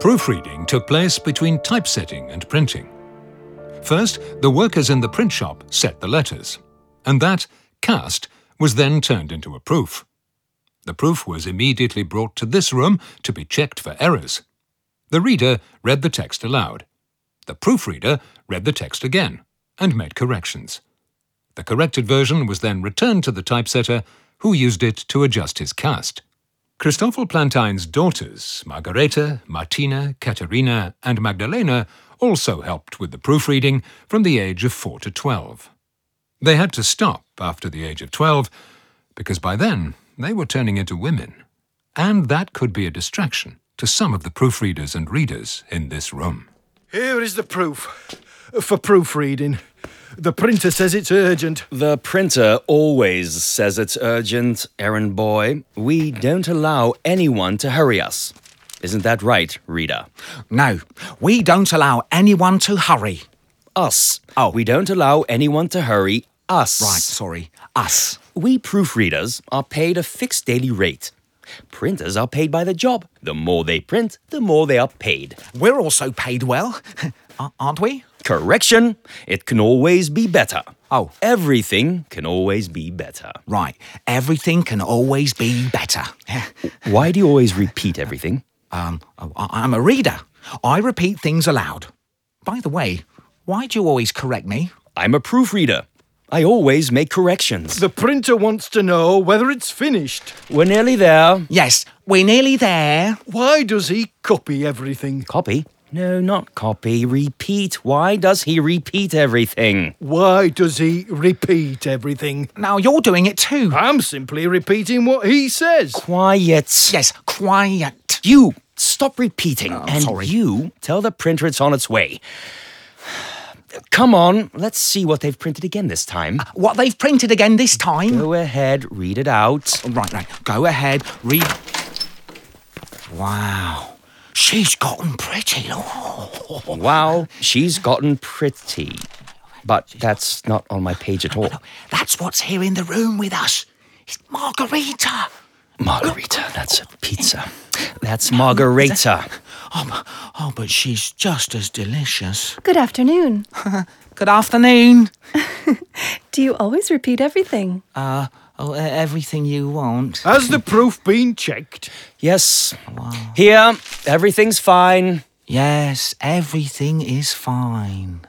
Proofreading took place between typesetting and printing. First, the workers in the print shop set the letters, and that cast was then turned into a proof. The proof was immediately brought to this room to be checked for errors. The reader read the text aloud. The proofreader read the text again and made corrections. The corrected version was then returned to the typesetter, who used it to adjust his cast. Christoffel Plantain's daughters, Margareta, Martina, Caterina, and Magdalena, also helped with the proofreading from the age of 4 to 12. They had to stop after the age of 12 because by then they were turning into women, and that could be a distraction to some of the proofreaders and readers in this room. Here is the proof for proofreading. The printer says it's urgent. The printer always says it's urgent, errand boy. We don't allow anyone to hurry us. Isn't that right, reader? No, we don't allow anyone to hurry. Us. Oh. We don't allow anyone to hurry us. Right, sorry, us. We proofreaders are paid a fixed daily rate. Printers are paid by the job. The more they print, the more they are paid. We're also paid well, aren't we? Correction. It can always be better. Oh. Everything can always be better. Right, everything can always be better. Why do you always repeat everything? Um, I- I'm a reader. I repeat things aloud. By the way, why do you always correct me? I'm a proofreader. I always make corrections. The printer wants to know whether it's finished. We're nearly there. Yes, we're nearly there. Why does he copy everything? Copy? No, not copy. Repeat. Why does he repeat everything? Why does he repeat everything? Now you're doing it too. I'm simply repeating what he says. Quiet. Yes, quiet. You stop repeating. and sorry. you tell the printer it's on its way. Come on, let's see what they've printed again this time. What they've printed again this time. Go ahead, read it out. Right, right. Go ahead. Read. Wow. She's gotten pretty. Oh. Wow, she's gotten pretty. But that's not on my page at all. That's what's here in the room with us. It's Margarita. Margarita, that's a pizza. That's Margarita. Oh, bu- oh, but she's just as delicious. Good afternoon. Good afternoon. Do you always repeat everything? Uh, oh, e- everything you want. Has the proof been checked? Yes. Here, everything's fine. Yes, everything is fine.